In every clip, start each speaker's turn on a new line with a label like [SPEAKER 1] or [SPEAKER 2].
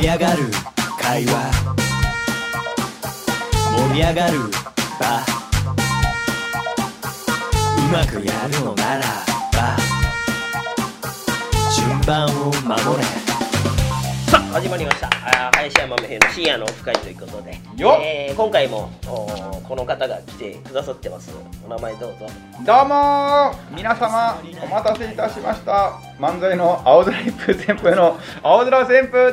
[SPEAKER 1] り上がる会話盛り上がる場うまくやるのならば順番を守れ
[SPEAKER 2] さあ始まりましたあー林山美平の深夜のオフ会ということで
[SPEAKER 3] よっ
[SPEAKER 2] えー今回もおーこの方が来てくださってますお名前どうぞ
[SPEAKER 3] どうもー皆様お待たせいたしました漫才の青空一風旋風の青空旋風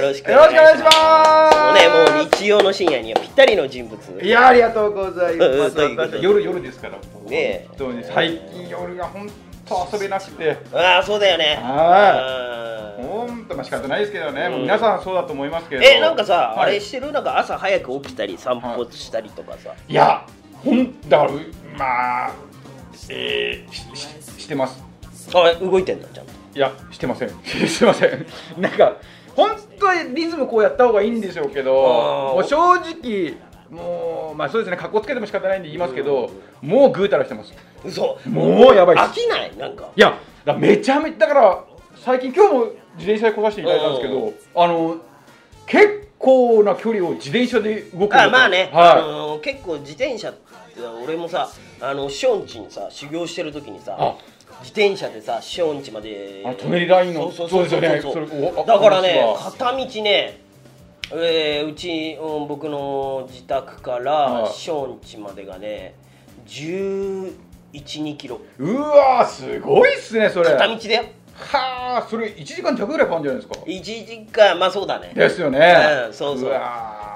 [SPEAKER 2] は
[SPEAKER 3] ーす、
[SPEAKER 2] いよろしくお願いします
[SPEAKER 3] よろしくお願いします
[SPEAKER 2] もうねもう日曜の深夜にはぴったりの人物
[SPEAKER 3] いやーありがとうございま
[SPEAKER 2] うんうん
[SPEAKER 3] す
[SPEAKER 2] ということで
[SPEAKER 3] 夜夜ですから
[SPEAKER 2] ねえ
[SPEAKER 3] 本当に最近夜が本当遊べなくて
[SPEAKER 2] ああそうだよねあー
[SPEAKER 3] 本当まあ仕方ないですけどね、
[SPEAKER 2] うん
[SPEAKER 3] もう皆さんそうだと思いますけど
[SPEAKER 2] えなんかさ、
[SPEAKER 3] はい
[SPEAKER 2] あれしてるなんか朝早く起きたり散歩したりとかさ、
[SPEAKER 3] いやほんだからまあえー、しししてます
[SPEAKER 2] あ動いてんだちゃんと
[SPEAKER 3] いや、してません。 すいません。なんか、本当はリズムこうやった方がいいんでしょうけ
[SPEAKER 2] あ
[SPEAKER 3] ど、
[SPEAKER 2] ー
[SPEAKER 3] もう正直、もう、まあそうですね、かっこつけても仕方ないんで言いますけど、もうぐうたらしてます。い
[SPEAKER 2] 嘘
[SPEAKER 3] もうやばいっす
[SPEAKER 2] 飽きないなんか
[SPEAKER 3] や、だからめちゃめちゃ、だから、最近、今日も自転車で来させていただいたんですけど、あの、結構な距離を自転車で動く
[SPEAKER 2] あまあね、あ
[SPEAKER 3] は
[SPEAKER 2] のー結構自転車って俺もさあのションチにさ修行してる時にさ
[SPEAKER 3] あ
[SPEAKER 2] 自転車でさションチまで
[SPEAKER 3] あの舎人ラインの
[SPEAKER 2] そうそうそう
[SPEAKER 3] そうですよ
[SPEAKER 2] そ
[SPEAKER 3] ね
[SPEAKER 2] うそう
[SPEAKER 3] それおあ
[SPEAKER 2] だからね
[SPEAKER 3] お話は
[SPEAKER 2] 片道ねえーうち、うん僕の自宅から
[SPEAKER 3] はい
[SPEAKER 2] ションチまでがね1 1 2キロ
[SPEAKER 3] い。うわー、すごいっすね、それ。
[SPEAKER 2] 片道だよ
[SPEAKER 3] はあ、それ1時間弱ぐらいかかるんじゃないですか。
[SPEAKER 2] 1時間まあそうだね
[SPEAKER 3] ですよね。
[SPEAKER 2] うんそうそう
[SPEAKER 3] わー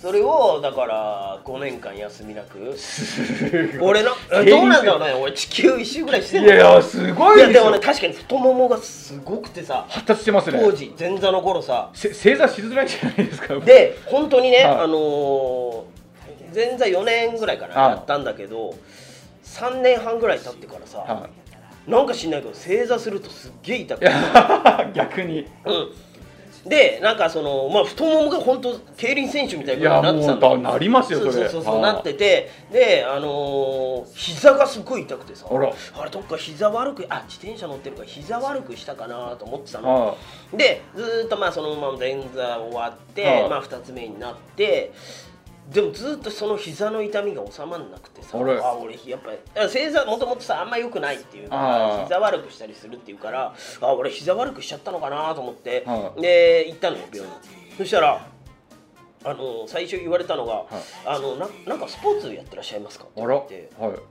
[SPEAKER 2] それをだから5年間休みなく
[SPEAKER 3] すごい
[SPEAKER 2] 俺のえどうなんだろうね俺地球一周ぐらいし
[SPEAKER 3] い
[SPEAKER 2] てんの
[SPEAKER 3] やいやすご
[SPEAKER 2] い
[SPEAKER 3] い
[SPEAKER 2] や
[SPEAKER 3] で
[SPEAKER 2] ですもね
[SPEAKER 3] よ
[SPEAKER 2] 確かに太ももがすごくてさ
[SPEAKER 3] 発達してますね
[SPEAKER 2] 当時前座の頃さ
[SPEAKER 3] せ正座しづらいんじゃないですか
[SPEAKER 2] で本当にね、
[SPEAKER 3] はい
[SPEAKER 2] あのー前座4年ぐらいかな、
[SPEAKER 3] はい
[SPEAKER 2] やったんだけど3年半ぐらい経ってからさ、
[SPEAKER 3] は
[SPEAKER 2] なんか知んないけど正座するとすっげえ痛く
[SPEAKER 3] いい
[SPEAKER 2] て、
[SPEAKER 3] や 逆に
[SPEAKER 2] うん、でなんかその、まあ、太ももが本当競輪選手みたいに
[SPEAKER 3] いや
[SPEAKER 2] なってたんだ
[SPEAKER 3] もうだなりますよ
[SPEAKER 2] そう
[SPEAKER 3] それ
[SPEAKER 2] そうそうそう
[SPEAKER 3] はい
[SPEAKER 2] なっててであのー膝がすごい痛くてさ
[SPEAKER 3] あら
[SPEAKER 2] れどっか膝悪くあ自転車乗ってるから膝悪くしたかなと思ってたの
[SPEAKER 3] あ
[SPEAKER 2] でずーっとまあそのまま前座終わって、
[SPEAKER 3] はい
[SPEAKER 2] まあ、2つ目になってでもずーっとその膝の痛みが収まらなくてさ
[SPEAKER 3] あら
[SPEAKER 2] あ俺やっぱりあ正座もともとさあんま良くないっていう
[SPEAKER 3] あ
[SPEAKER 2] か
[SPEAKER 3] ー
[SPEAKER 2] 膝悪くしたりするっていうからあ俺膝悪くしちゃったのかなと思って、
[SPEAKER 3] はい
[SPEAKER 2] で行ったのよ病院そしたらあの最初言われたのが、あのななんかスポーツやってらっしゃいますか?」って
[SPEAKER 3] あ
[SPEAKER 2] 言
[SPEAKER 3] ら
[SPEAKER 2] わ
[SPEAKER 3] は
[SPEAKER 2] れて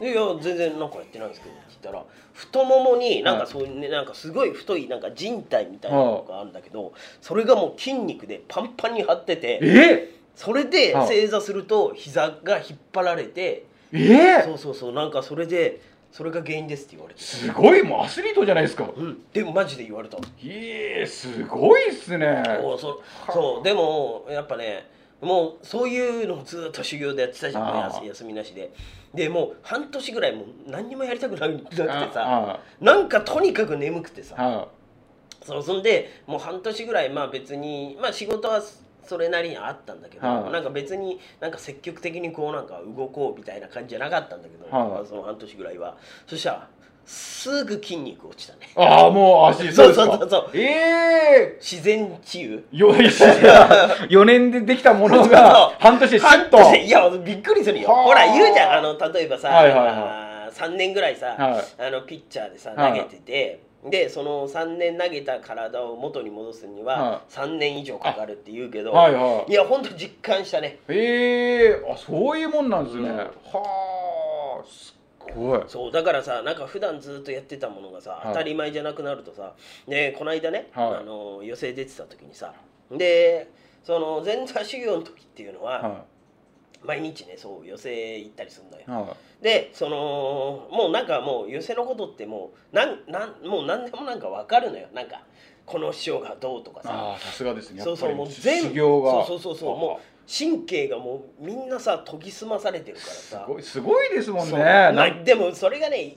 [SPEAKER 3] い
[SPEAKER 2] でいや全然なんかやってないんですけど」って言ったら太ももになんかそういうね、なんかすごい太いなんか人体みたいなのがあるんだけど、それがもう筋肉でパンパンに張ってて
[SPEAKER 3] え
[SPEAKER 2] それで
[SPEAKER 3] はい
[SPEAKER 2] 正座すると膝が引っ張られて、そ
[SPEAKER 3] え
[SPEAKER 2] うそうそうなんかそれでそれが原因ですって言われて、
[SPEAKER 3] すごいもうアスリートじゃないですか
[SPEAKER 2] うん、でもマジで言われたの
[SPEAKER 3] ええすごいっすね
[SPEAKER 2] そうそうそうでもやっぱねもうそういうのをずっと修行でやってたじゃん
[SPEAKER 3] あー
[SPEAKER 2] 休休みなしででもう半年ぐらいもう何にもやりたくなくなくてさ
[SPEAKER 3] あ
[SPEAKER 2] なんかとにかく眠くて
[SPEAKER 3] あ
[SPEAKER 2] さ
[SPEAKER 3] は
[SPEAKER 2] そうそんでもう半年ぐらいまあ別にまあ仕事はそれなりにあったんだけど
[SPEAKER 3] はい
[SPEAKER 2] なんか別になんか積極的にこうなんか動こうみたいな感じじゃなかったんだけど
[SPEAKER 3] はい
[SPEAKER 2] その半年ぐらいはそしたらすぐ筋肉落ちたね
[SPEAKER 3] いああもう足
[SPEAKER 2] そう
[SPEAKER 3] ですか
[SPEAKER 2] そうそうそう
[SPEAKER 3] ええ
[SPEAKER 2] 自然治癒
[SPEAKER 3] よ いしょ4年でできたものが半年でシュッと
[SPEAKER 2] 半年いやびっくりするよ
[SPEAKER 3] はあ
[SPEAKER 2] ほら言うじゃんあの例えばさ、
[SPEAKER 3] はいはいはい
[SPEAKER 2] あー3年ぐらいさ、
[SPEAKER 3] はい
[SPEAKER 2] あのピッチャーでさ
[SPEAKER 3] は
[SPEAKER 2] 投
[SPEAKER 3] い
[SPEAKER 2] げてて、でその3年投げた体を元に戻すに
[SPEAKER 3] はい
[SPEAKER 2] は3年以上かかるって言うけど、
[SPEAKER 3] はいはい
[SPEAKER 2] いやほんと実感したね
[SPEAKER 3] ええあそういうもんなんですね、
[SPEAKER 2] うん
[SPEAKER 3] はあすっごい
[SPEAKER 2] そうだからさなんか普段ずっとやってたものがさ、
[SPEAKER 3] い
[SPEAKER 2] 当たり前じゃなくなるとさねこの間ね、
[SPEAKER 3] はい
[SPEAKER 2] あの予選出てた時にさでその前座修行の時っていうのは、
[SPEAKER 3] は
[SPEAKER 2] 毎日ねそう寄席行ったりするんだよ
[SPEAKER 3] い、は
[SPEAKER 2] でそのもうなんかもう寄席のことってもうなんなんもう何でもなんか分かるのよなんかこの師匠がどうとか
[SPEAKER 3] い、
[SPEAKER 2] さ
[SPEAKER 3] ああさすがですね
[SPEAKER 2] そうそう
[SPEAKER 3] やっ
[SPEAKER 2] も
[SPEAKER 3] ぱ
[SPEAKER 2] う
[SPEAKER 3] り
[SPEAKER 2] 全部
[SPEAKER 3] 修行が
[SPEAKER 2] そうそうそうそうもう神経がもうみんなさ研ぎ澄まされてるからさ
[SPEAKER 3] あすごいすごいですもんね
[SPEAKER 2] そう
[SPEAKER 3] な
[SPEAKER 2] まあ、でもそれがね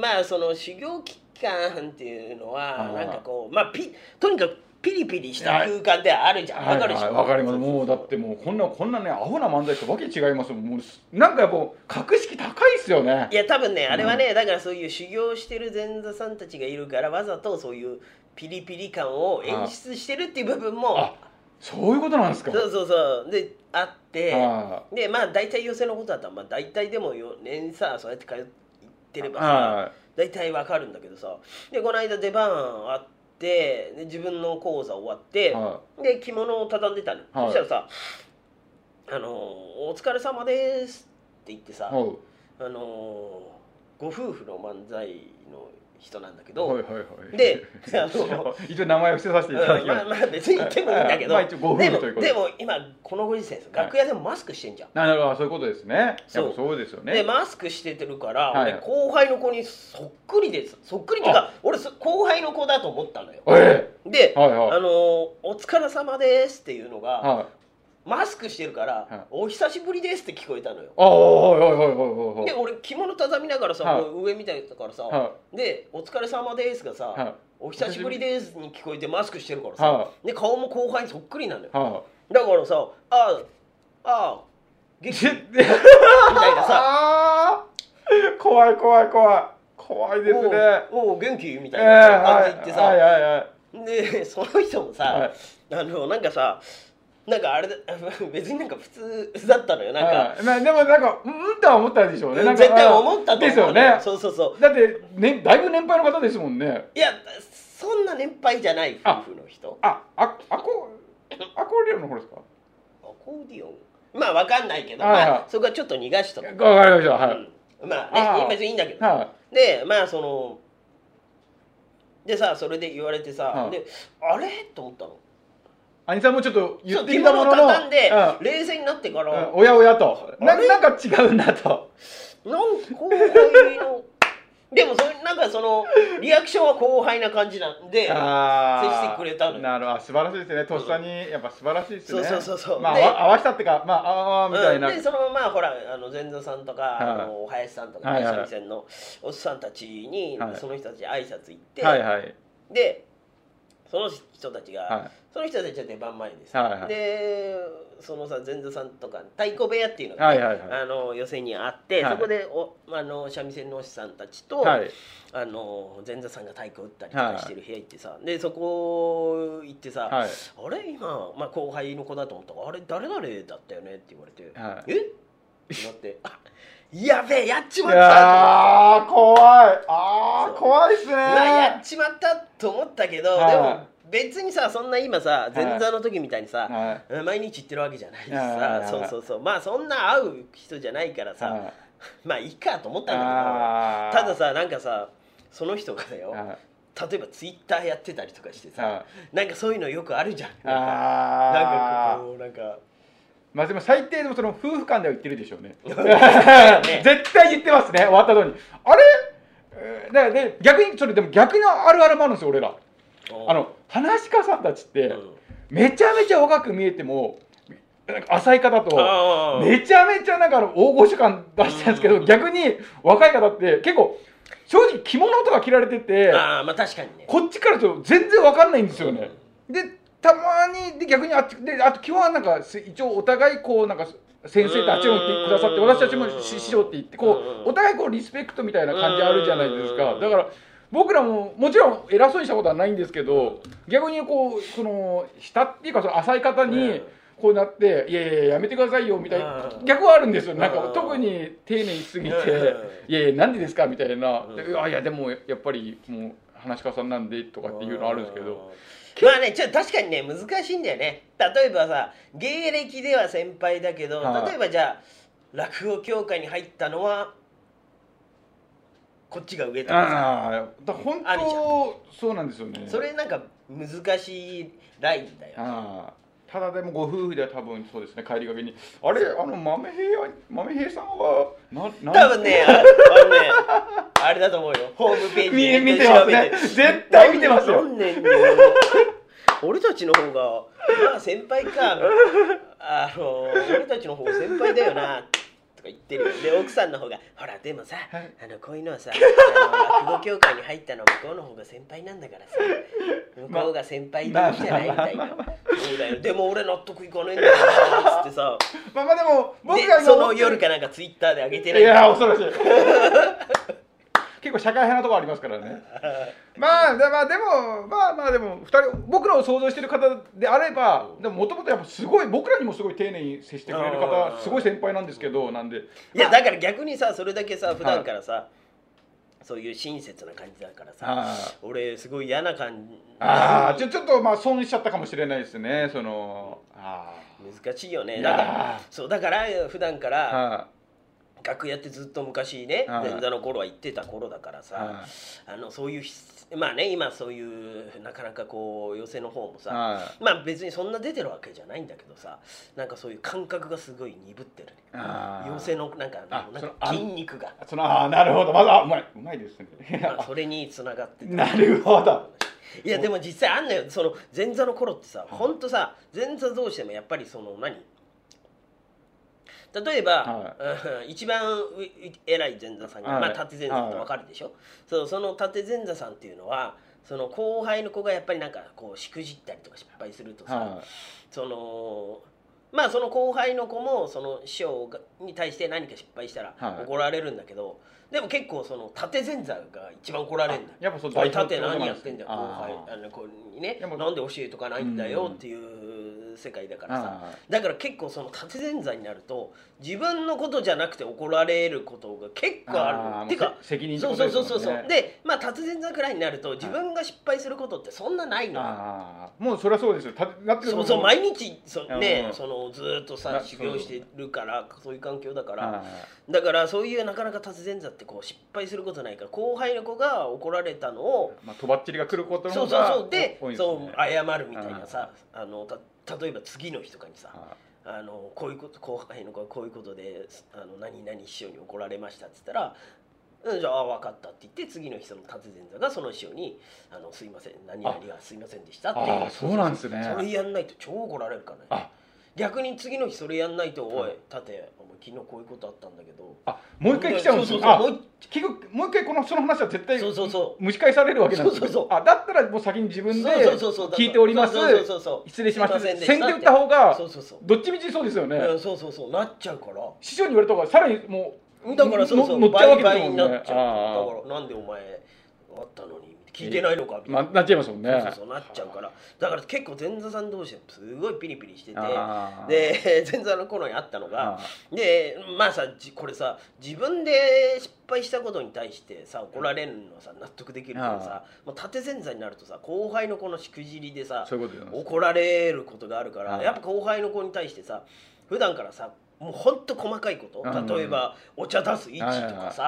[SPEAKER 2] まあその修行期間っていうのは
[SPEAKER 3] あー
[SPEAKER 2] なんかこうまあピとにかくピリピリした空間であるじゃん、
[SPEAKER 3] はい
[SPEAKER 2] わかるでしょ
[SPEAKER 3] はいわかりますもうだってもうこんなこんなねアホな漫才とわけ違いますもんもうすなんかやっぱ格式高いっすよね
[SPEAKER 2] いや多分ねあれはね、だからそういう修行してる前座さんたちがいるからわざとそういうピリピリ感を演出してるっていう部分も
[SPEAKER 3] あそういうことなんですか
[SPEAKER 2] そうそうそうであって
[SPEAKER 3] は
[SPEAKER 2] でまあ大体寄せのことだったら、まあ、大体でも4年さそうやって通ってればさ
[SPEAKER 3] は
[SPEAKER 2] 大体わかるんだけどさでこの間出番あってで自分の講座終わって、
[SPEAKER 3] いは
[SPEAKER 2] で着物を畳んでたの、
[SPEAKER 3] はい
[SPEAKER 2] そしたらさ「あのーお疲れ様です」って言ってさ、
[SPEAKER 3] いはい
[SPEAKER 2] あのーご夫婦の漫才の人なんだけど、
[SPEAKER 3] はいはいはい
[SPEAKER 2] で あの
[SPEAKER 3] 一応名前を伏せさせていただきま
[SPEAKER 2] まあ
[SPEAKER 3] す
[SPEAKER 2] まあ別に言ってもいいんだけど、
[SPEAKER 3] はいまあ一応ご夫婦
[SPEAKER 2] で
[SPEAKER 3] と
[SPEAKER 2] も
[SPEAKER 3] いうことで
[SPEAKER 2] でも今このご時世さ楽屋でもマスクしてんじゃん、
[SPEAKER 3] なるほどそういうことですね
[SPEAKER 2] そ
[SPEAKER 3] や
[SPEAKER 2] う
[SPEAKER 3] っぱそうですよ
[SPEAKER 2] で
[SPEAKER 3] ね
[SPEAKER 2] マスクしててるから、
[SPEAKER 3] はい
[SPEAKER 2] 俺後輩の子にそっくりですそっくりっていうか俺そ後輩の子だと思ったのよ
[SPEAKER 3] え
[SPEAKER 2] で、
[SPEAKER 3] えはい
[SPEAKER 2] あ
[SPEAKER 3] はい
[SPEAKER 2] のーお疲れ様です」っていうのが、
[SPEAKER 3] はい
[SPEAKER 2] マスクしてるから、
[SPEAKER 3] はい
[SPEAKER 2] お久しぶりです」って聞こえたのよ
[SPEAKER 3] あはいはいはいはいはい
[SPEAKER 2] で俺着物畳みながらさ、
[SPEAKER 3] はい
[SPEAKER 2] こう上見たりだからさ、
[SPEAKER 3] は
[SPEAKER 2] で「お疲れ様です」がさ、
[SPEAKER 3] いはい
[SPEAKER 2] お久しぶりです」に聞こえてマスクしてるからさ、
[SPEAKER 3] は
[SPEAKER 2] で顔も後輩にそっくりなのよ
[SPEAKER 3] いは
[SPEAKER 2] だからさ「ああああ
[SPEAKER 3] い
[SPEAKER 2] 元 気?」み
[SPEAKER 3] で
[SPEAKER 2] たいなさ
[SPEAKER 3] あー怖い怖い怖い怖い
[SPEAKER 2] 「
[SPEAKER 3] ですね
[SPEAKER 2] おうおう元気?」み
[SPEAKER 3] え
[SPEAKER 2] た
[SPEAKER 3] え
[SPEAKER 2] いな感
[SPEAKER 3] は
[SPEAKER 2] じ
[SPEAKER 3] い
[SPEAKER 2] で言って
[SPEAKER 3] はい
[SPEAKER 2] さ、
[SPEAKER 3] はいはい
[SPEAKER 2] で その人もさ、
[SPEAKER 3] はい
[SPEAKER 2] あのなんかさなんかあれだ 別になんか普通だったのよなんか、
[SPEAKER 3] はいまあでもなんかうんうんとは思ったでしょうねなんか
[SPEAKER 2] 絶対思ったと思うの
[SPEAKER 3] ですよね
[SPEAKER 2] そうそうそう
[SPEAKER 3] だってねだいぶ年配の方ですもんね
[SPEAKER 2] いやそんな年配じゃない夫婦の人
[SPEAKER 3] あああこアコーディオンの方ですか
[SPEAKER 2] アコーディオンまあわかんないけど、
[SPEAKER 3] はいはい
[SPEAKER 2] まあ、そこはちょっと逃がしとく、
[SPEAKER 3] わかりましたはい、
[SPEAKER 2] うんま
[SPEAKER 3] あ
[SPEAKER 2] あ
[SPEAKER 3] あ
[SPEAKER 2] ね別にいいんだけど、
[SPEAKER 3] は
[SPEAKER 2] でまあそのでさそれで言われてさ、
[SPEAKER 3] はい
[SPEAKER 2] であれと思ったの
[SPEAKER 3] い兄さんもちょっと言
[SPEAKER 2] そ
[SPEAKER 3] っ
[SPEAKER 2] う
[SPEAKER 3] て
[SPEAKER 2] 着
[SPEAKER 3] きたも
[SPEAKER 2] 物を
[SPEAKER 3] のの
[SPEAKER 2] 畳んで、
[SPEAKER 3] うん
[SPEAKER 2] 冷静になってか
[SPEAKER 3] うん
[SPEAKER 2] ら、
[SPEAKER 3] おやおやとな
[SPEAKER 2] あれ
[SPEAKER 3] なんか違うなと
[SPEAKER 2] なんか後輩の でもそれなんかそのリアクションは後輩な感じなんで
[SPEAKER 3] あー
[SPEAKER 2] 接してくれたのよ
[SPEAKER 3] なるほど素晴らしいですねとっさにやっぱ素晴らしいですね
[SPEAKER 2] そうそうそうそう
[SPEAKER 3] まあ
[SPEAKER 2] で
[SPEAKER 3] 合わ合わせたってかまあああみたいな、
[SPEAKER 2] うんでそのままほらあの前座さんとか、
[SPEAKER 3] はい
[SPEAKER 2] あのお林さんと
[SPEAKER 3] は
[SPEAKER 2] か
[SPEAKER 3] いはい
[SPEAKER 2] 三味線のおっさんたちに、
[SPEAKER 3] はい
[SPEAKER 2] その人たちに挨拶行って、
[SPEAKER 3] はいはい
[SPEAKER 2] でその人たちが、
[SPEAKER 3] は
[SPEAKER 2] その人たちは出番前です、
[SPEAKER 3] はいはい
[SPEAKER 2] でそのさ前座さんとか太鼓部屋っていうの
[SPEAKER 3] い
[SPEAKER 2] が、
[SPEAKER 3] はいはいは
[SPEAKER 2] あの寄席にあって、
[SPEAKER 3] はい
[SPEAKER 2] そこでおあの三味線のお師さんたちと、
[SPEAKER 3] いはい
[SPEAKER 2] あの前座さんが太鼓打ったりとかしてる部屋行ってさ、でそこ行ってさ、
[SPEAKER 3] はい
[SPEAKER 2] あれ今、まあ、後輩の子だと思ったからあれ誰々だったよねって言われて、
[SPEAKER 3] は
[SPEAKER 2] えってなってあやべえやっちま
[SPEAKER 3] い
[SPEAKER 2] った
[SPEAKER 3] やー怖いあ
[SPEAKER 2] そう
[SPEAKER 3] ー怖いっすね
[SPEAKER 2] うわやっちまったと思ったけど、
[SPEAKER 3] はい
[SPEAKER 2] でも別にさそんな今さ前座の時みたいにさ、
[SPEAKER 3] はい
[SPEAKER 2] 毎日行ってるわけじゃないし
[SPEAKER 3] はいはい
[SPEAKER 2] さ、
[SPEAKER 3] はい
[SPEAKER 2] そうそうそうまあそんな会う人じゃないからさ、
[SPEAKER 3] はい
[SPEAKER 2] まあいいかと思ったんだ
[SPEAKER 3] あ
[SPEAKER 2] け
[SPEAKER 3] ー
[SPEAKER 2] どたださなんかさその人がだよ、
[SPEAKER 3] はい
[SPEAKER 2] 例えばツイッターやってたりとかしてさ、
[SPEAKER 3] は
[SPEAKER 2] なんかそういうのよくあるじゃんなんか
[SPEAKER 3] あ
[SPEAKER 2] なん
[SPEAKER 3] あ
[SPEAKER 2] かこうなんか
[SPEAKER 3] まあでも最低でもその夫婦間では言ってるでしょ うね
[SPEAKER 2] ね
[SPEAKER 3] 絶対言ってますね終わった後にあれえーだからね逆にそれでも逆のあるあるもあるんですよ俺らあの話し家さんたちってめちゃめちゃ若く見えてもなんか浅い方と
[SPEAKER 2] あー
[SPEAKER 3] めちゃめちゃなんかあの大御所感出してるんですけ
[SPEAKER 2] う
[SPEAKER 3] ど
[SPEAKER 2] ん
[SPEAKER 3] 逆に若い方って結構正直着物とか着られてて
[SPEAKER 2] あーまあ確かにね
[SPEAKER 3] こっちからと全然わかんないんですよね。でたまにで逆にあっちであと基本はなんかす一応お互いこうなんか先生ってあっちも言ってくださって
[SPEAKER 2] うん
[SPEAKER 3] 私たちも師師匠って言ってこ
[SPEAKER 2] うん
[SPEAKER 3] うお互いこうリスペクトみたいな感じあるじゃないですか
[SPEAKER 2] うん
[SPEAKER 3] だから僕らももちろん偉そうにしたことはないんですけど逆にこうその下っていうかその浅い方
[SPEAKER 2] うん
[SPEAKER 3] にこうなって「いやいややめてくださいよ」みたいな
[SPEAKER 2] うん
[SPEAKER 3] 逆はあるんですよなんか
[SPEAKER 2] うん
[SPEAKER 3] 特に丁寧すぎて
[SPEAKER 2] うん
[SPEAKER 3] いやいや、なんでですかみたいな、
[SPEAKER 2] うん
[SPEAKER 3] であいや、でもやっぱり、もう、話し家さんなんでとかっていうのあるんですけど、
[SPEAKER 2] まあねちょっと確かにね難しいんだよね例えばさ芸歴では先輩だけど、
[SPEAKER 3] はい
[SPEAKER 2] 例えばじゃあ落語協会に入ったのはこっちが上とかさ
[SPEAKER 3] ああ、だから本
[SPEAKER 2] あるじ
[SPEAKER 3] 当、そうなんですよね。
[SPEAKER 2] それなんか難しいラインだよ
[SPEAKER 3] ああただでもご夫婦では多分そうですね帰りがけにあれあの豆平は豆平さんはなな
[SPEAKER 2] 多分ねああのねあれだと思うよホームページ
[SPEAKER 3] 見
[SPEAKER 2] ネットで
[SPEAKER 3] 見てます
[SPEAKER 2] 調べ
[SPEAKER 3] ね絶対見てますよ
[SPEAKER 2] 何年に俺たちの方がまあ先輩かあの俺たちの方が先輩だよなとか言ってるよで奥さんの方が「ほらでもさ
[SPEAKER 3] はい
[SPEAKER 2] あのこういうのはさあの落語協会に入ったのは向こうの方が先輩なんだからさ向こうが先輩でいいんじゃない?」みたい
[SPEAKER 3] まあま
[SPEAKER 2] な「そうだよでも俺納得いかねえんだよな」っつってさ
[SPEAKER 3] まあまあでも僕が
[SPEAKER 2] でその夜
[SPEAKER 3] か
[SPEAKER 2] かなんかツイッターで上げて
[SPEAKER 3] い
[SPEAKER 2] ない
[SPEAKER 3] や恐ろしい 結構社会派なところありますか らねまあで,、まあ、でもまあまあでも二人僕らを想像してる方であればでももともとやっぱすごい僕らにもすごい丁寧に接してくれる
[SPEAKER 2] う
[SPEAKER 3] 方
[SPEAKER 2] ん
[SPEAKER 3] すごい先輩なんですけどなんで
[SPEAKER 2] いやだから逆にさそれだけさ普段からさ、そういう親切な感じだからさ、
[SPEAKER 3] はい
[SPEAKER 2] 俺すごい嫌な感じ
[SPEAKER 3] ああちょちょっとまあ損しちゃったかもしれないですねそのあ
[SPEAKER 2] 難しいよね
[SPEAKER 3] い
[SPEAKER 2] だ
[SPEAKER 3] やー
[SPEAKER 2] からそうだから普段か
[SPEAKER 3] あ
[SPEAKER 2] ら
[SPEAKER 3] は
[SPEAKER 2] 楽屋ってずっと昔ね
[SPEAKER 3] はい
[SPEAKER 2] 前座の頃は行ってた頃だから
[SPEAKER 3] は
[SPEAKER 2] さあのそういうひまあね今そういうなかなかこう寄せの方も
[SPEAKER 3] い
[SPEAKER 2] さ
[SPEAKER 3] はい
[SPEAKER 2] まあ別にそんな出てるわけじゃないんだけどさなんかそういう感覚がすごい鈍ってるね
[SPEAKER 3] あー
[SPEAKER 2] 寄せのなんか
[SPEAKER 3] あ
[SPEAKER 2] なんか
[SPEAKER 3] そのあ
[SPEAKER 2] 筋肉が
[SPEAKER 3] そのああなるほどまだあうまいうまいですね
[SPEAKER 2] まあ それにつながってた
[SPEAKER 3] なるほど
[SPEAKER 2] いやでも実際あんのよその前座の頃ってさほんとさ前座同士でもやっぱりその何例えば、うん一番うい偉い前座さんが、
[SPEAKER 3] はい
[SPEAKER 2] まあ、縦前座ってわかるでしょ、そうその縦前座さんっていうのはその後輩の子がやっぱりなんかこうしくじったりとか失敗するとさ、
[SPEAKER 3] は
[SPEAKER 2] そのまあその後輩の子もその師匠がに対して何か失敗したら
[SPEAKER 3] はい
[SPEAKER 2] 怒られるんだけど、でも結構その縦前座が一番怒られるんだよ
[SPEAKER 3] やっぱそう
[SPEAKER 2] おい
[SPEAKER 3] 代表
[SPEAKER 2] 縦何やってんだよ後
[SPEAKER 3] あー
[SPEAKER 2] 輩あの子にね
[SPEAKER 3] でも
[SPEAKER 2] なんで教えとかないんだ
[SPEAKER 3] う
[SPEAKER 2] よ
[SPEAKER 3] ん
[SPEAKER 2] っていう世界だか
[SPEAKER 3] い
[SPEAKER 2] らさ
[SPEAKER 3] は
[SPEAKER 2] だから結構その縦前座になると自分のことじゃなくて怒られることが結
[SPEAKER 3] い
[SPEAKER 2] 構あ
[SPEAKER 3] ー
[SPEAKER 2] る
[SPEAKER 3] もう
[SPEAKER 2] てか
[SPEAKER 3] せ責任って
[SPEAKER 2] そ
[SPEAKER 3] こ
[SPEAKER 2] う
[SPEAKER 3] と
[SPEAKER 2] そう
[SPEAKER 3] です
[SPEAKER 2] そう
[SPEAKER 3] もんね
[SPEAKER 2] そうそうでまあ縦前座くらいになると自分が失敗することってそんなないのよ
[SPEAKER 3] ああもうそりゃそうですよたなってる
[SPEAKER 2] そうそう毎日そ
[SPEAKER 3] うん
[SPEAKER 2] ね
[SPEAKER 3] うん
[SPEAKER 2] そのずーっとさ
[SPEAKER 3] な
[SPEAKER 2] 修行してるからそういう環境だから
[SPEAKER 3] あ
[SPEAKER 2] だからそういうなかなか達前座ってこう失敗することないから後輩の子が怒られたのを
[SPEAKER 3] ーまあとばっちりが来ることの
[SPEAKER 2] そ
[SPEAKER 3] 方
[SPEAKER 2] うそう
[SPEAKER 3] が
[SPEAKER 2] そうで
[SPEAKER 3] 多いんです
[SPEAKER 2] そう
[SPEAKER 3] ね
[SPEAKER 2] 謝るみたいなさあのた例えば次の日とかにさ
[SPEAKER 3] あ
[SPEAKER 2] あのこういうこと後輩の子がこういうことですあの何々師匠に怒られましたっつったら「うんじゃああ分かった」って言って次の日その達前座がその師匠に「あのすいません何々がすいませんでした」っていう
[SPEAKER 3] あーそうなんですね
[SPEAKER 2] それやんないと超怒られるからね
[SPEAKER 3] あ
[SPEAKER 2] 逆に次の日それやんないと「お
[SPEAKER 3] はいい
[SPEAKER 2] 盾お前昨日こういうことあったんだけど」
[SPEAKER 3] あもう一回来ちゃうんです
[SPEAKER 2] そう
[SPEAKER 3] ね
[SPEAKER 2] そう
[SPEAKER 3] あ
[SPEAKER 2] そうもう
[SPEAKER 3] 結局もう一回このその話は絶対
[SPEAKER 2] そうそうそう
[SPEAKER 3] 蒸し返されるわけなんです
[SPEAKER 2] そう
[SPEAKER 3] ね
[SPEAKER 2] そうそう
[SPEAKER 3] あだったらもう先に自分で
[SPEAKER 2] そうそうそうそう
[SPEAKER 3] 聞いております
[SPEAKER 2] そうそうそうそう
[SPEAKER 3] 失礼しました
[SPEAKER 2] すいませんでした
[SPEAKER 3] 先手打った方が
[SPEAKER 2] そうそうそう
[SPEAKER 3] どっちみちそうですよね
[SPEAKER 2] うんそうそうそうなっちゃうから。
[SPEAKER 3] 師匠に言われた方がさらにもう
[SPEAKER 2] だからそうそう
[SPEAKER 3] の乗っちゃうわけです
[SPEAKER 2] 倍
[SPEAKER 3] も
[SPEAKER 2] 々
[SPEAKER 3] ん
[SPEAKER 2] にな
[SPEAKER 3] ね
[SPEAKER 2] っちゃう
[SPEAKER 3] あ
[SPEAKER 2] だからなんでお前あったのに聞いてないのかみ
[SPEAKER 3] ー
[SPEAKER 2] た
[SPEAKER 3] ま
[SPEAKER 2] い
[SPEAKER 3] あ
[SPEAKER 2] な、
[SPEAKER 3] なっちゃいますもんね
[SPEAKER 2] そうそうそうなっちゃうからだから結構前座さん同士ですごいピリピリしてて
[SPEAKER 3] あー
[SPEAKER 2] で 前座の頃にあったのが
[SPEAKER 3] あ
[SPEAKER 2] でまあさじこれさ自分で失敗したことに対してさ怒られるのはさ納得できるけどさもう縦前座になるとさ後輩のこのしくじりでさ
[SPEAKER 3] そういうことなんです
[SPEAKER 2] 怒られることがあるから、
[SPEAKER 3] はい
[SPEAKER 2] やっぱ後輩の子に対してさ普段からさもうほんと細かいこ
[SPEAKER 3] うん
[SPEAKER 2] と例えばお茶出す位置とかさ、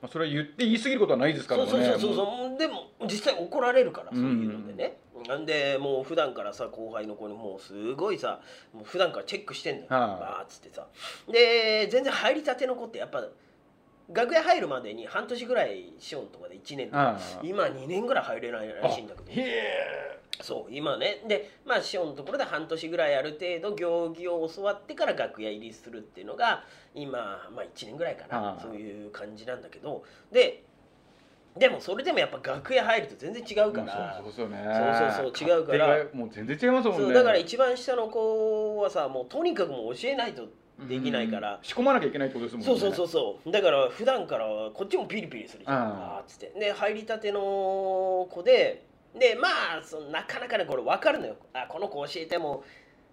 [SPEAKER 3] まあそれは言って言い過ぎることはないですか
[SPEAKER 2] そ
[SPEAKER 3] ら
[SPEAKER 2] う
[SPEAKER 3] ね
[SPEAKER 2] そうそうそう
[SPEAKER 3] も
[SPEAKER 2] そうでも実際怒られるから
[SPEAKER 3] う
[SPEAKER 2] そ
[SPEAKER 3] ん
[SPEAKER 2] ういうのでね、なんでもう普段からさ後輩の子にもうすごいさもう普段からチェックしてんのよ、
[SPEAKER 3] はい
[SPEAKER 2] バーっつってさで全然入りたての子ってやっぱ楽屋入るまでに半年ぐらい師匠のとかで1年とか
[SPEAKER 3] はい
[SPEAKER 2] 今2年ぐらい入れないらしいんだけど
[SPEAKER 3] へえ
[SPEAKER 2] そう今ねでまあ師匠のところで半年ぐらいある程度行儀を教わってから楽屋入りするっていうのが今、まあ、1年ぐらいか
[SPEAKER 3] あ
[SPEAKER 2] な
[SPEAKER 3] あ
[SPEAKER 2] そういう感じなんだけどででもそれでもやっぱ楽屋入ると全然違うから
[SPEAKER 3] そうそうそうね
[SPEAKER 2] そうそうそう違うから
[SPEAKER 3] 勝手がもう全然違いますもん
[SPEAKER 2] そ
[SPEAKER 3] ね
[SPEAKER 2] うだから一番下の子はさもうとにかくもう教えないとできないから
[SPEAKER 3] うん、仕込まなきゃいけないってことですもんね
[SPEAKER 2] そうそうそううそうだから普段からこっちもピリピリするじゃん
[SPEAKER 3] うん
[SPEAKER 2] あーっつってで入りたての子ででまあそのなかなかねこれ分かるのよあこの子教えても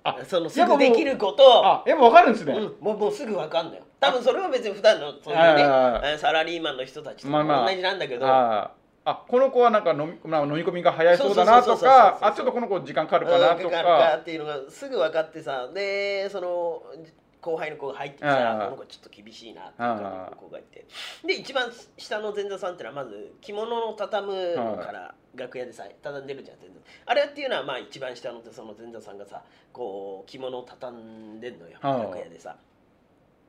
[SPEAKER 3] あ
[SPEAKER 2] そのす
[SPEAKER 3] やっぱ
[SPEAKER 2] ぐ
[SPEAKER 3] もう
[SPEAKER 2] できること
[SPEAKER 3] あやっぱ分かるんですね、
[SPEAKER 2] うん、もうもうすぐ分かんのよ多分それは別に普段のそういうね
[SPEAKER 3] はいはいは
[SPEAKER 2] あサラリーマンの人たちと
[SPEAKER 3] まあまあ
[SPEAKER 2] 同じなんだけど、
[SPEAKER 3] あーあこの子はなんか飲み,、まあ、飲み込みが早いそうだな
[SPEAKER 2] そう
[SPEAKER 3] と
[SPEAKER 2] そうそうそうそうそう
[SPEAKER 3] かあちょっとこの子時間かか
[SPEAKER 2] う
[SPEAKER 3] る
[SPEAKER 2] ん
[SPEAKER 3] か
[SPEAKER 2] かか
[SPEAKER 3] な
[SPEAKER 2] る
[SPEAKER 3] と
[SPEAKER 2] か
[SPEAKER 3] か
[SPEAKER 2] っていうのがすぐ分かってさでその後輩の子が入ってきた
[SPEAKER 3] うん
[SPEAKER 2] らこの子ちょっと厳しいなっていう感じの子がいてで一番下の前座さんってのはまず着物を畳むから楽屋でさ畳んでるじゃん前座あれっていうのはまあ一番下のその前座さんがさこう着物を畳んでんのよ
[SPEAKER 3] うん
[SPEAKER 2] 楽屋でさ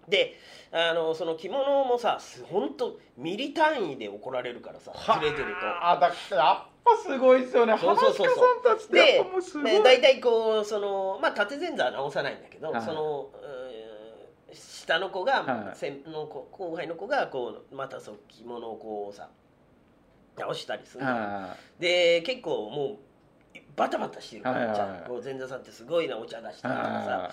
[SPEAKER 2] であのその着物もさ本当ミリ単位で怒られるからさ
[SPEAKER 3] は
[SPEAKER 2] ずれてると。
[SPEAKER 3] あだからやっぱすごいですよね
[SPEAKER 2] そうそうそうそう
[SPEAKER 3] 噺家さんたちってや
[SPEAKER 2] で
[SPEAKER 3] っぱもうすごい
[SPEAKER 2] ね大体こうそのまあ縦前座は直さないんだけど
[SPEAKER 3] はい
[SPEAKER 2] その下の子が、
[SPEAKER 3] はい
[SPEAKER 2] 先の子後輩の子がこうまたそう着物をこうさ直したりするの
[SPEAKER 3] あ
[SPEAKER 2] で結構もうバタバタしてるから、
[SPEAKER 3] はいはい
[SPEAKER 2] ち
[SPEAKER 3] はい
[SPEAKER 2] ゃんこう前座さんってすごいなお茶出したりとかさ、
[SPEAKER 3] あ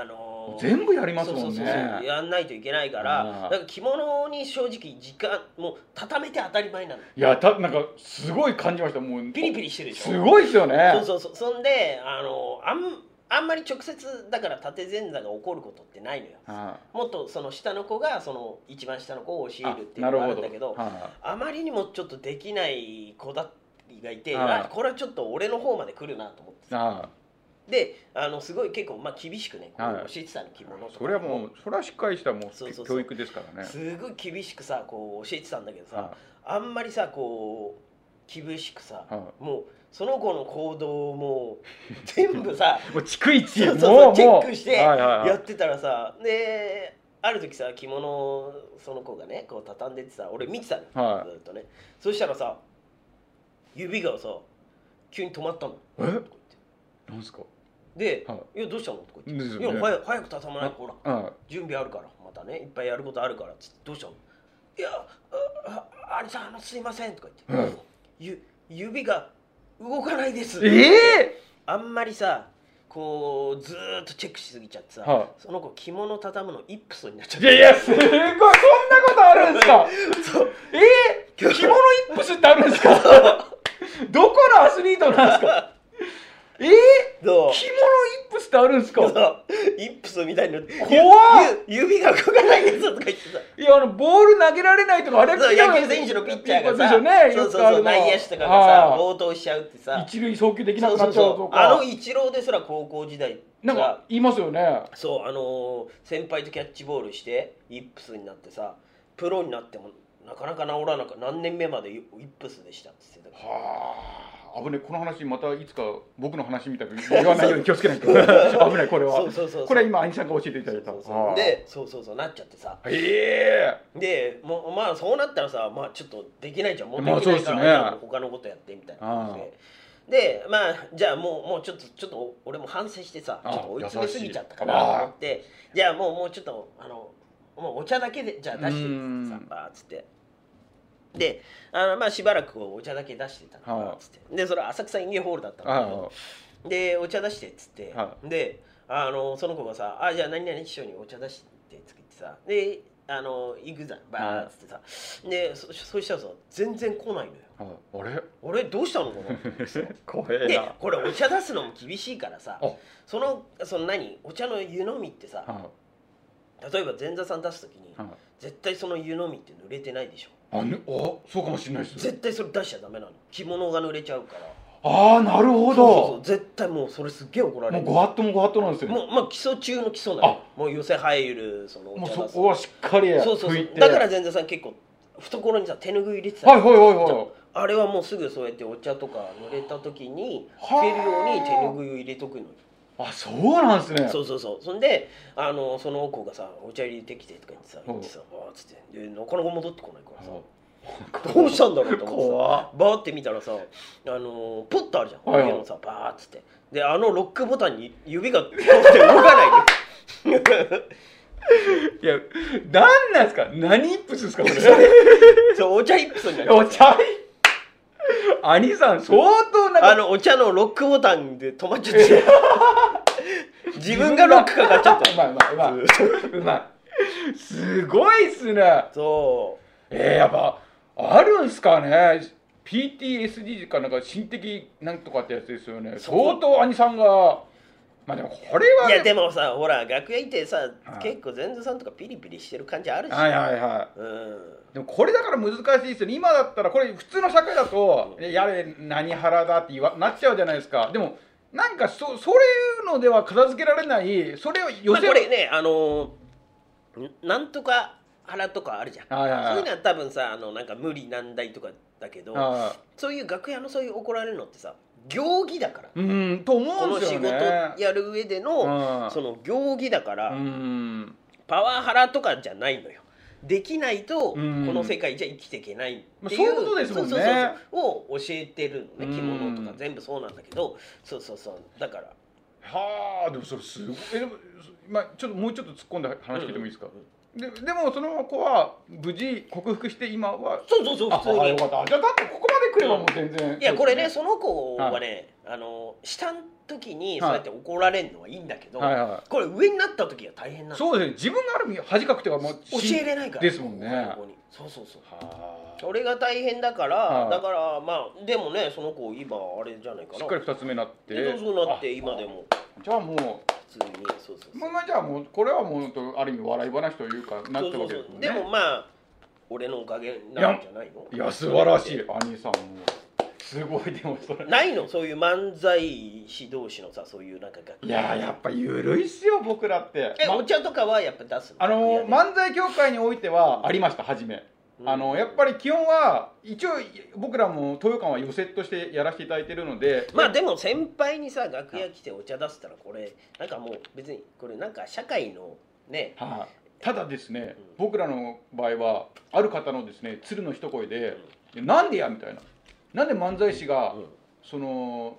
[SPEAKER 2] あのー
[SPEAKER 3] 全部やりますもんね
[SPEAKER 2] そうそうそうそうやんないといけないから
[SPEAKER 3] あ
[SPEAKER 2] だ
[SPEAKER 3] ー
[SPEAKER 2] から着物に正直時間もう畳めて当たり前なの
[SPEAKER 3] いやたなんかすごい感じましたもう
[SPEAKER 2] ピリピリしてるでしょ
[SPEAKER 3] すごいですよね
[SPEAKER 2] そうそうそうそんであのあんあんまり直接だから縦前座が起こることってないのよ
[SPEAKER 3] は
[SPEAKER 2] もっとその下の子がその一番下の子を教
[SPEAKER 3] い
[SPEAKER 2] えるっていうのがあるんだけど
[SPEAKER 3] なるほどはい
[SPEAKER 2] あまりにもちょっとできない子だがいて
[SPEAKER 3] はい
[SPEAKER 2] あこれはちょっと俺の方まで来るなと思ってさ
[SPEAKER 3] あ
[SPEAKER 2] であのすごい結構まあ厳しくねこ
[SPEAKER 3] は
[SPEAKER 2] う
[SPEAKER 3] い
[SPEAKER 2] 教えてたの着物とか
[SPEAKER 3] それはもうそれはしっかりしたもう
[SPEAKER 2] そうそうそう
[SPEAKER 3] 教育ですからね
[SPEAKER 2] すごい厳しくさこう教えてたんだけどさ
[SPEAKER 3] は
[SPEAKER 2] あんまりさこう厳しくさ
[SPEAKER 3] いは
[SPEAKER 2] もうその子の行動をもう全部さ
[SPEAKER 3] いもう逐一
[SPEAKER 2] そうそうそう
[SPEAKER 3] もう
[SPEAKER 2] チェ
[SPEAKER 3] も
[SPEAKER 2] ッ
[SPEAKER 3] う
[SPEAKER 2] クして
[SPEAKER 3] はいはい
[SPEAKER 2] や
[SPEAKER 3] はい
[SPEAKER 2] ってたらさである時さ着物をその子がねこう畳んでてさ俺見てたのよ、
[SPEAKER 3] はい
[SPEAKER 2] ずっとねそしたらさ指がさ急に止まったの
[SPEAKER 3] え
[SPEAKER 2] とか言って
[SPEAKER 3] なんですか
[SPEAKER 2] で「、
[SPEAKER 3] はい
[SPEAKER 2] やどうしたの?」とか言っ
[SPEAKER 3] です
[SPEAKER 2] て「
[SPEAKER 3] よ
[SPEAKER 2] い
[SPEAKER 3] ね
[SPEAKER 2] や早く早く畳まないとほら
[SPEAKER 3] は
[SPEAKER 2] 準備あるからまたねいっぱいやることあるから」つって「どうしたの?」「いやあああれさんあのすいません」とか言って、
[SPEAKER 3] うん
[SPEAKER 2] ゆ指が動かないです」
[SPEAKER 3] いええ
[SPEAKER 2] あんまりさこうずーっとチェックしすぎちゃってさ、
[SPEAKER 3] はい
[SPEAKER 2] その子着物畳むのイップスになっちゃっ
[SPEAKER 3] い
[SPEAKER 2] て
[SPEAKER 3] やいやすごいそんなことあるんですか
[SPEAKER 2] そう
[SPEAKER 3] ええ着物イップスってあるんで すかどこのアスリートなんですかええ
[SPEAKER 2] どう
[SPEAKER 3] 着物イップスってあるんです
[SPEAKER 2] そ
[SPEAKER 3] か
[SPEAKER 2] うイップスみたいになって
[SPEAKER 3] 怖っ
[SPEAKER 2] ゆ指が動かないですとか言ってさ
[SPEAKER 3] いやあのボール投げられないとかあれ
[SPEAKER 2] そう野球選手のピッチャーがさ
[SPEAKER 3] そ
[SPEAKER 2] そ
[SPEAKER 3] うですよ
[SPEAKER 2] う
[SPEAKER 3] ね
[SPEAKER 2] そう
[SPEAKER 3] よくあ
[SPEAKER 2] そう
[SPEAKER 3] るのは
[SPEAKER 2] 内野手とかがさ
[SPEAKER 3] は
[SPEAKER 2] 暴投しちゃうって
[SPEAKER 3] い
[SPEAKER 2] さ
[SPEAKER 3] 一塁送球できな
[SPEAKER 2] そ
[SPEAKER 3] く
[SPEAKER 2] うそう
[SPEAKER 3] なっちゃう
[SPEAKER 2] そ
[SPEAKER 3] と
[SPEAKER 2] うあ
[SPEAKER 3] か
[SPEAKER 2] のイチローですら高校時代
[SPEAKER 3] なん
[SPEAKER 2] さ
[SPEAKER 3] か言いますよね
[SPEAKER 2] そうあのー先輩とキャッチボールしてイップスになってさプロになってもなかなか治らなか何年目までイップスでしたって言ってた
[SPEAKER 3] はあ危ねえこの話またいつか僕の話みたいに言わないように気をつけ ないと 危ないこれは
[SPEAKER 2] そうそうそうそう
[SPEAKER 3] これは今兄さんが教えていただいた
[SPEAKER 2] そうそう
[SPEAKER 3] は
[SPEAKER 2] そう
[SPEAKER 3] あ
[SPEAKER 2] でそうそうそうなっちゃってさ
[SPEAKER 3] え
[SPEAKER 2] でもうまあそうなったらさまあちょっとできないじゃんもうで
[SPEAKER 3] まあ
[SPEAKER 2] きないか
[SPEAKER 3] そ
[SPEAKER 2] ら、
[SPEAKER 3] うっすね
[SPEAKER 2] じゃあもう他のことやってみたいな感じで。でまあ、じゃあもうもうちょっとちょっと俺も反省してさち
[SPEAKER 3] あ
[SPEAKER 2] ょっと追い詰めすぎちゃったかなと思ってじゃあもうもうちょっとあのもうお茶だけでじゃあ出して
[SPEAKER 3] う
[SPEAKER 2] み
[SPEAKER 3] ん
[SPEAKER 2] てさバーっつってであの、まあ、しばらくこうお茶だけ出してたの
[SPEAKER 3] は
[SPEAKER 2] バ
[SPEAKER 3] い
[SPEAKER 2] ーっつってでそれは浅草園芸ホールだったんだけど
[SPEAKER 3] あ
[SPEAKER 2] でお茶出してっつって、
[SPEAKER 3] は
[SPEAKER 2] であのその子がさ「あじゃあ何々師匠にお茶出して」っつってさであの行くじゃんバーっつってさ、でそそうしたらさ全然来ないのよ
[SPEAKER 3] ああれ
[SPEAKER 2] 俺どうしたのかなってさ
[SPEAKER 3] 怖 え
[SPEAKER 2] で
[SPEAKER 3] な
[SPEAKER 2] これお茶出すのも厳しいからさ
[SPEAKER 3] あ
[SPEAKER 2] そのその何お茶の湯飲みってさ
[SPEAKER 3] は
[SPEAKER 2] 例えば前座さん出す時に
[SPEAKER 3] いはい
[SPEAKER 2] 絶対その湯飲みって濡れてないでしょ
[SPEAKER 3] あねあそうかもしれないです
[SPEAKER 2] 絶対それ出しちゃダメなの着物が濡れちゃうから
[SPEAKER 3] ああなる
[SPEAKER 2] そ
[SPEAKER 3] ほ
[SPEAKER 2] うそうそう
[SPEAKER 3] ど
[SPEAKER 2] 絶対もうそれすっげえ怒られ
[SPEAKER 3] もう
[SPEAKER 2] る
[SPEAKER 3] ご法度もご法度なんですよね
[SPEAKER 2] もうまあ基礎中の基礎なのもう寄せ入るそのお
[SPEAKER 3] もう
[SPEAKER 2] 茶
[SPEAKER 3] そ
[SPEAKER 2] 出す
[SPEAKER 3] こはしっかり拭いて
[SPEAKER 2] そうそうそうだから前座さん結構懐にさ手拭い入れてたの
[SPEAKER 3] はいはいはいはい
[SPEAKER 2] あれはもうすぐそうやってお茶とか濡れた時に
[SPEAKER 3] は
[SPEAKER 2] 拭
[SPEAKER 3] あ
[SPEAKER 2] けるように手拭いを入れとくのよ
[SPEAKER 3] あそうなんですね
[SPEAKER 2] そうそうそうそんであのその子がさ「お茶入れてきて」とか言ってさ
[SPEAKER 3] ん
[SPEAKER 2] 言ってさ「ああ」っつってでなかなか戻ってこないからさ
[SPEAKER 3] はい
[SPEAKER 2] どうしたんだろうと思って
[SPEAKER 3] 怖っ
[SPEAKER 2] さバーって見たらさあのーポッとあるじゃん
[SPEAKER 3] はいはい
[SPEAKER 2] 家のさバーっつってであのロックボタンに指が通って動かないの
[SPEAKER 3] いや何なんですか何イップスですかこれ
[SPEAKER 2] そうお茶イップスになっちゃう
[SPEAKER 3] お茶兄さん相当なんか
[SPEAKER 2] あのお茶のロックボタンで止まっちゃって 自分がロックかかっちゃった
[SPEAKER 3] うまいうまいうまいう まいすごいっすね
[SPEAKER 2] そ
[SPEAKER 3] えー、やっぱあるんすかね PTSD かなんか心的なんとかってやつですよね
[SPEAKER 2] そこ
[SPEAKER 3] 相当兄さんがまあでもこれ
[SPEAKER 2] う
[SPEAKER 3] はい
[SPEAKER 2] やで
[SPEAKER 3] ね
[SPEAKER 2] もさほら楽屋行ってさ、
[SPEAKER 3] い
[SPEAKER 2] 結構前座さんとかピリピリしてる感じあるし、
[SPEAKER 3] はいはいはい
[SPEAKER 2] うん
[SPEAKER 3] でもこれだから難しいですよね今だったらこれ普通の社会だとえやれ何腹だって言わなっちゃうじゃないですかでもなんかそそういうのでは片付けられないそれを寄
[SPEAKER 2] まあ、
[SPEAKER 3] せ
[SPEAKER 2] これねあのんなんとか腹とかあるじゃん、
[SPEAKER 3] はいはいはい
[SPEAKER 2] そういうのは多分さあのなんか無理難題とかだけど、
[SPEAKER 3] あ
[SPEAKER 2] そういう楽屋のそういう怒られるのってさ行儀だから、
[SPEAKER 3] ーうんと思
[SPEAKER 2] こ
[SPEAKER 3] うん
[SPEAKER 2] の
[SPEAKER 3] です
[SPEAKER 2] 仕
[SPEAKER 3] よ
[SPEAKER 2] 事
[SPEAKER 3] ね
[SPEAKER 2] やる上での、
[SPEAKER 3] うん
[SPEAKER 2] その行儀だから、
[SPEAKER 3] うん
[SPEAKER 2] パワハラとかじゃないのよできないとこ
[SPEAKER 3] うん
[SPEAKER 2] の世界じゃ生きていけないっていう,、
[SPEAKER 3] まあそういうことですもんね
[SPEAKER 2] そうそうそうを教えてるの
[SPEAKER 3] うん
[SPEAKER 2] ね着物とか全部そうなんだけどそうそうそうだから
[SPEAKER 3] はあでもそれすごいえでも、まあ、ちょっともうちょっと突っ込んで話聞いてもいいですか、ででもその子は無事克服して今は
[SPEAKER 2] そうそうそう
[SPEAKER 3] あ
[SPEAKER 2] 普通に
[SPEAKER 3] あよかったじゃあだってここまで来ればもう全然
[SPEAKER 2] いやこれ
[SPEAKER 3] そ
[SPEAKER 2] ね
[SPEAKER 3] うです
[SPEAKER 2] その子はね、あの下の時にそうやって怒られるのはいいんだけど、
[SPEAKER 3] はいは
[SPEAKER 2] これ上になった時は大変ないの教
[SPEAKER 3] そうですね自分がある意味恥かくというかもうし
[SPEAKER 2] えれないから
[SPEAKER 3] ですもんね
[SPEAKER 2] 親の子にそうそうそう
[SPEAKER 3] は
[SPEAKER 2] それが大変だから、
[SPEAKER 3] はい
[SPEAKER 2] だからまあでもねその子今あれじゃないか
[SPEAKER 3] あ
[SPEAKER 2] な
[SPEAKER 3] しっかり二つ目になって
[SPEAKER 2] でそうそうなって今でも
[SPEAKER 3] あじゃあもう
[SPEAKER 2] 普通にそうそうそ
[SPEAKER 3] まあ
[SPEAKER 2] う
[SPEAKER 3] まあじゃあもうこれはもう本当ある意味笑い話というかな
[SPEAKER 2] そ
[SPEAKER 3] っ
[SPEAKER 2] う
[SPEAKER 3] た
[SPEAKER 2] そ
[SPEAKER 3] わ
[SPEAKER 2] う
[SPEAKER 3] け
[SPEAKER 2] そ
[SPEAKER 3] ですも
[SPEAKER 2] うん
[SPEAKER 3] ね
[SPEAKER 2] でもまあ俺のおかげなんじゃないの
[SPEAKER 3] いや素晴らしい兄さんもすごいでもそれ
[SPEAKER 2] ないのそういう漫才師同士のさそういうなんか楽器
[SPEAKER 3] いややっぱ緩いっすよ僕らって
[SPEAKER 2] え
[SPEAKER 3] ま
[SPEAKER 2] お茶とかはやっぱ出すの
[SPEAKER 3] あ
[SPEAKER 2] 楽屋
[SPEAKER 3] の
[SPEAKER 2] で
[SPEAKER 3] 漫才協会においてはありました初め
[SPEAKER 2] うん
[SPEAKER 3] あのやっぱり基本は一応僕らも東洋館は寄席としてやらせていただいてるので
[SPEAKER 2] まあでも先輩にさ楽屋来てお茶出したらこれなんかもう別にこれなんか社会のね
[SPEAKER 3] はいただですね僕らの場合はある方のですね鶴の一声で「なんでや?」みたいな「なんで漫才師が
[SPEAKER 2] うん
[SPEAKER 3] その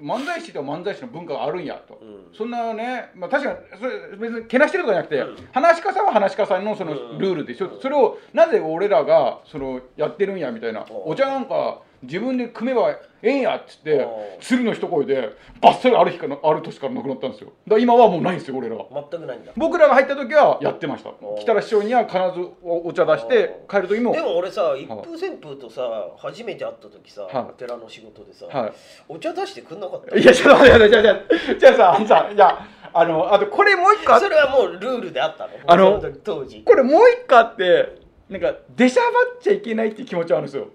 [SPEAKER 3] 漫才師と漫才師の文化があるんや」と。
[SPEAKER 2] うん
[SPEAKER 3] そんなね、まあ、確かにそれ別にけなしてるとかじゃなくて、
[SPEAKER 2] うん
[SPEAKER 3] 話し家さんは話し家さんのそ
[SPEAKER 2] うん
[SPEAKER 3] のルールでしょ、それをなぜ俺らがそのやってるんやみたいな、
[SPEAKER 2] おう
[SPEAKER 3] お茶なんか自分で組めばええんやっつって
[SPEAKER 2] おう
[SPEAKER 3] 鶴の一声でバッサリある日からある年からなくなったんですよだから今はもうないんですよ俺らは
[SPEAKER 2] 全くないんだ
[SPEAKER 3] 僕らが入った時はやってました
[SPEAKER 2] おう
[SPEAKER 3] 来たら師匠には必ずおお茶出して
[SPEAKER 2] おう
[SPEAKER 3] 帰る時も
[SPEAKER 2] でも俺さ一風旋風とさ初めて会った時さ
[SPEAKER 3] はい
[SPEAKER 2] お寺の仕事でさ
[SPEAKER 3] はい
[SPEAKER 2] お茶出してくんなかった
[SPEAKER 3] いやちょっと待って待って待ってじゃあさあのさいやあのあとこれもう一個あっ
[SPEAKER 2] それはもうルールであったの
[SPEAKER 3] あの
[SPEAKER 2] そ時当時
[SPEAKER 3] これもう一個あってなんか出しゃばっちゃいけないっていう気持ちはあるんですよ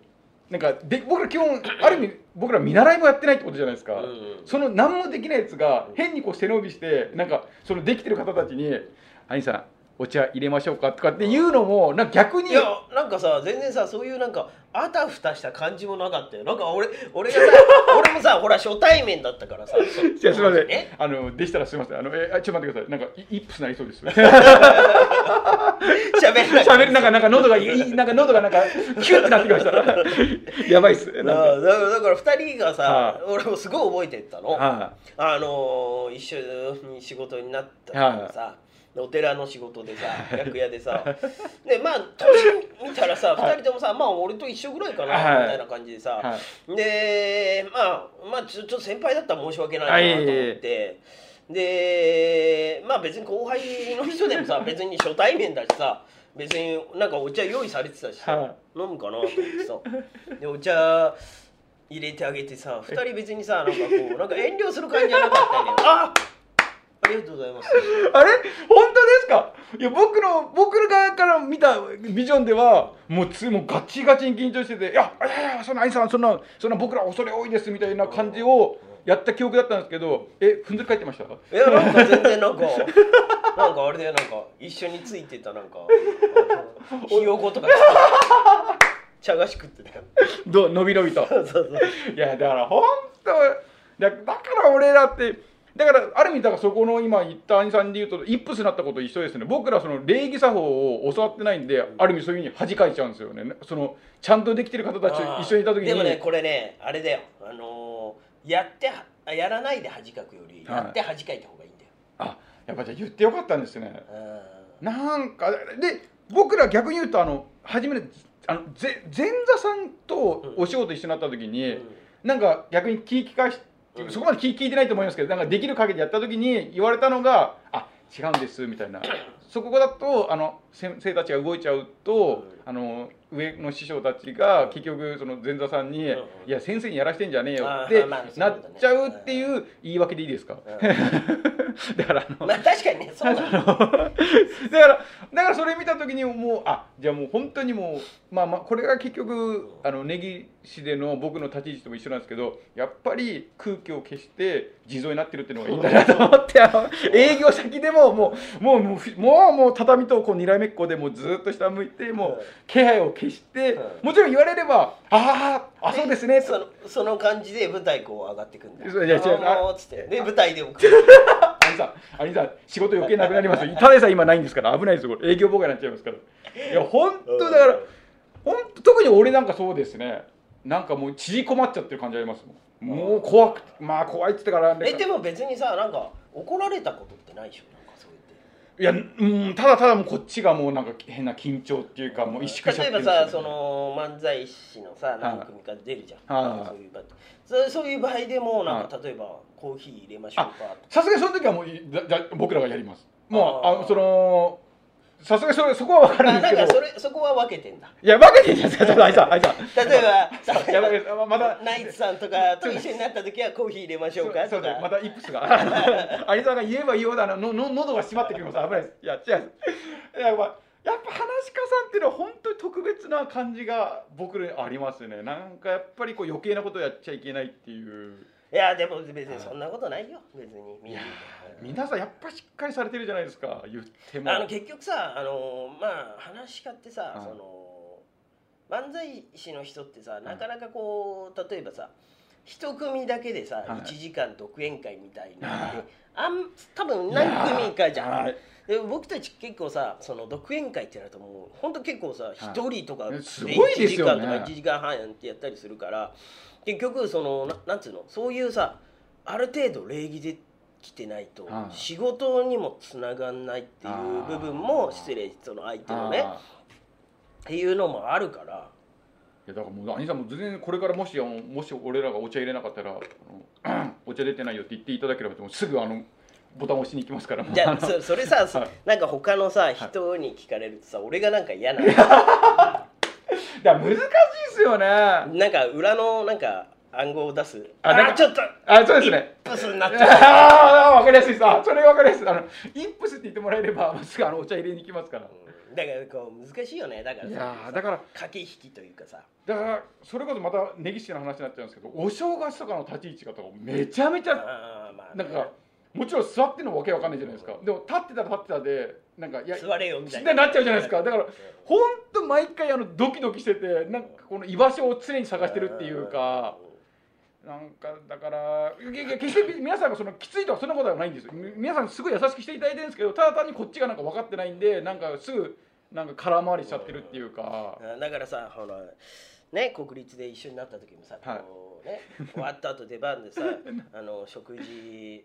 [SPEAKER 3] なんかで僕ら基本ある意味僕ら見習いもやってないってことじゃないですか、
[SPEAKER 2] うん
[SPEAKER 3] その何もできないやつが変にこう背伸びしてなんかそのできてる方たちに「兄さんお茶入れましょうか」とかっていうのもなんか逆に
[SPEAKER 2] いやなんかさ全然さそういうなんかあたふたした感じもなかったよなんか俺俺 がさ俺もさほら初対面だったからさ
[SPEAKER 3] いやすみません、
[SPEAKER 2] ね
[SPEAKER 3] あのでしたらすみませんあのえあちょっと待ってくださいなんかイイップスなりそうです
[SPEAKER 2] 喋りながら
[SPEAKER 3] 喋りなんかなんか喉がいいなんか喉がなんかキュッてなってきましたやばいっすなん
[SPEAKER 2] あ
[SPEAKER 3] か
[SPEAKER 2] あだからだから2人がさ、
[SPEAKER 3] は
[SPEAKER 2] 俺もすごい覚えてったの、
[SPEAKER 3] は
[SPEAKER 2] あのー一緒に仕事になったからさ、お寺の仕事でさ楽屋でさでまあ年見たらさ2人ともさ、まあ俺と一緒ぐらいかな、
[SPEAKER 3] はい
[SPEAKER 2] みたいな感じでさ、
[SPEAKER 3] は
[SPEAKER 2] でまあまあちょちょっと先輩だったら申し訳な
[SPEAKER 3] はいい
[SPEAKER 2] なと思って。でまあ別に後輩の人でもさ別に初対面だしさ別になんかお茶用意されてたしさ、
[SPEAKER 3] は
[SPEAKER 2] 飲むかなと思ってさでお茶入れてあげてさ2人別にさなんかこうなんか遠慮する感じじゃなかったよねあありがとうございます
[SPEAKER 3] あれ本当ですかいや僕の僕の側から見たビジョンではもうつもうガチガチに緊張してて「いやいやいやそんな兄さんそんなそんな僕ら恐れ多いです」みたいな感じをやった記憶だったんですけどえふんぞり返ってました
[SPEAKER 2] いやなんか全然なんかなんかあれだよなんか一緒についてたなんかあのひよことか茶菓子食ってたよ
[SPEAKER 3] どう伸び伸びと
[SPEAKER 2] そうそうそう
[SPEAKER 3] いやだから本当だだから俺らってだからある意味だからそこの今言った兄さんで言うとイップスになったこと一緒ですね僕らその礼儀作法を教わってないんである意味そういうふうに恥かいちゃうんですよねそのちゃんとできてる方たちと一緒にいた時に
[SPEAKER 2] でもねこれねあれだよあのーやってはあやらないで恥かくより
[SPEAKER 3] は
[SPEAKER 2] や
[SPEAKER 3] い
[SPEAKER 2] って恥かいた方がいいんだよ
[SPEAKER 3] あやっぱじゃあ言ってよかったんですね
[SPEAKER 2] うん
[SPEAKER 3] なんかで僕ら逆に言うとあの初めてあのぜ前座さんとお仕事一緒になった時に、
[SPEAKER 2] うん
[SPEAKER 3] なんか逆に聞き返し、
[SPEAKER 2] うん
[SPEAKER 3] そこまで聞聞いてないと思いますけどなんかできる限りやった時に言われたのが「あ違うんです」みたいなそこだとあの先生たちが動いちゃうと、あの上の師匠たちが結局その前座さんに「
[SPEAKER 2] うん
[SPEAKER 3] いや先生にやらしてんじゃねえよ」っ
[SPEAKER 2] あ
[SPEAKER 3] て
[SPEAKER 2] ーまあまあそうだ
[SPEAKER 3] な
[SPEAKER 2] ね
[SPEAKER 3] っちゃうっていう言い訳でいいですか、 だからあの
[SPEAKER 2] まあ確かにねそうなの
[SPEAKER 3] だからだからそれ見た時にもうあじゃあもう本当にもうまあまあこれが結局あの根岸での僕の立ち位置とも一緒なんですけどやっぱり空気を消して地蔵になってるっていうのがいいんだなと思ってあの営業先でももうもうもうふもうもう畳とこうにらめっこでもうずっと下向いてもう気配を消して
[SPEAKER 2] うん
[SPEAKER 3] もちろん言われれば「あーあそうですね」
[SPEAKER 2] そのその感じで舞台こう上がってくんだよ
[SPEAKER 3] そういや違う
[SPEAKER 2] あのー
[SPEAKER 3] あ
[SPEAKER 2] つってで舞台でも
[SPEAKER 3] 兄さん、兄さん、仕事余計なくなりますよ。ただでさえ今ないんですから、危ないですよ。これ営業妨害になっちゃいますから。いや、本当だから、本当特に俺なんかそうですね。なんかもう縮こまっちゃってる感じありますもん。もう怖くてまあ怖いって言ってから
[SPEAKER 2] えでも別にさなんか怒られたことってないでしょなんかそう言って
[SPEAKER 3] いやうんただただもうこっちがもうなんか変な緊張っていうかもう萎縮しちゃ
[SPEAKER 2] 例
[SPEAKER 3] って
[SPEAKER 2] え
[SPEAKER 3] る
[SPEAKER 2] ば
[SPEAKER 3] んですよ
[SPEAKER 2] さ
[SPEAKER 3] ね
[SPEAKER 2] その漫才師のさ何組か出るじゃん、
[SPEAKER 3] はいは
[SPEAKER 2] そう
[SPEAKER 3] い
[SPEAKER 2] いう場合そそういう場合でもなんか、
[SPEAKER 3] は
[SPEAKER 2] 例えばコーヒー入れましょうかと
[SPEAKER 3] さすがにその時はもういだだ僕らがやりますもう
[SPEAKER 2] あー
[SPEAKER 3] あそのさすがにそれそこは分かる
[SPEAKER 2] か
[SPEAKER 3] ん
[SPEAKER 2] あ
[SPEAKER 3] です
[SPEAKER 2] だ
[SPEAKER 3] け
[SPEAKER 2] から
[SPEAKER 3] ど
[SPEAKER 2] それそこは分けてんだ
[SPEAKER 3] いや分けてんじゃないです かあいつはあい つは
[SPEAKER 2] 例えば
[SPEAKER 3] やばいですまた
[SPEAKER 2] ナイツさんとかと一緒になった時はコーヒー入れましょうか
[SPEAKER 3] そ
[SPEAKER 2] と
[SPEAKER 3] うだよま
[SPEAKER 2] か
[SPEAKER 3] たイップス が有沢が言えば言おうだなのの喉が閉まってくるから危ないですいや違うですやっぱやっぱ話し家さんっていうのは本当に特別な感じが僕らにありますねなんかやっぱりこう余計なことやっちゃいけないっていう
[SPEAKER 2] いやでも別にそんなことないよ別にみんな
[SPEAKER 3] 皆さんやっぱしっかりされてるじゃないですか言っても
[SPEAKER 2] あの結局さあのまあ話し家ってさ、
[SPEAKER 3] はい
[SPEAKER 2] その漫才師の人ってさなかなかこう例えばさ一組だけでさ、
[SPEAKER 3] はい
[SPEAKER 2] 1時間独演会みたいなの
[SPEAKER 3] は
[SPEAKER 2] で
[SPEAKER 3] い
[SPEAKER 2] あん多分何組かじゃん、
[SPEAKER 3] はい
[SPEAKER 2] で僕たち結構さその独演会ってなるともうほんと結構さ一人とか
[SPEAKER 3] ねすごいですよね
[SPEAKER 2] 1時間とか1時間半やってやったりするから結局そのななんつうのそういうさある程度礼儀できてないと
[SPEAKER 3] はい
[SPEAKER 2] 仕事にもつながんないっていう部分も
[SPEAKER 3] あー
[SPEAKER 2] 失礼その相手の
[SPEAKER 3] あー
[SPEAKER 2] ねっていうのもある から
[SPEAKER 3] いやだからもう兄さんも全然これからもしあのもし俺らがお茶入れなかったらあのお茶出てないよって言っていただければもうすぐあのボタン押しに行きますからもう
[SPEAKER 2] じゃ
[SPEAKER 3] あ
[SPEAKER 2] あ
[SPEAKER 3] の
[SPEAKER 2] そそれさ、そ
[SPEAKER 3] はい
[SPEAKER 2] なんか他のさ人に聞かれるとさ俺がなんか嫌なの
[SPEAKER 3] だから難しいですよねあ
[SPEAKER 2] なんか裏のなんか暗号を出すあ
[SPEAKER 3] あなんか
[SPEAKER 2] あちょっ と
[SPEAKER 3] そうですね
[SPEAKER 2] ブスになっちゃった
[SPEAKER 3] ああ分かりやすいですあそれ分かりやすいですあのインプスって言ってもらえればすぐあのお茶入れに行きますから
[SPEAKER 2] うんだからこう難しいよねだから
[SPEAKER 3] い
[SPEAKER 2] さ
[SPEAKER 3] やーだから
[SPEAKER 2] 駆け引きというか さ
[SPEAKER 3] だからそれこそまた根岸の話になっちゃうんですけどお正月とかの立ち位置がとかめちゃめちゃ
[SPEAKER 2] あーまあ
[SPEAKER 3] なんかもちろん座ってんのもわけわかんないじゃないですかでも立ってたら立ってたでなんかいや
[SPEAKER 2] 座れよみたいな
[SPEAKER 3] なっちゃうじゃないですかだから本当毎回あのドキドキしててなんかこの居場所を常に探してるっていうかなんかだからいやいや決して皆さんがそのきついとかそんなことはないんですよみ皆さんすごい優しくしていただいてるんですけどただ単にこっちがなんか分かってないんでなんかすぐなんか空回りしちゃってるっていうか
[SPEAKER 2] うんだからさほらね国立で一緒になった時もさ、
[SPEAKER 3] はい
[SPEAKER 2] こうね、終わった後出番 でさあの食事誘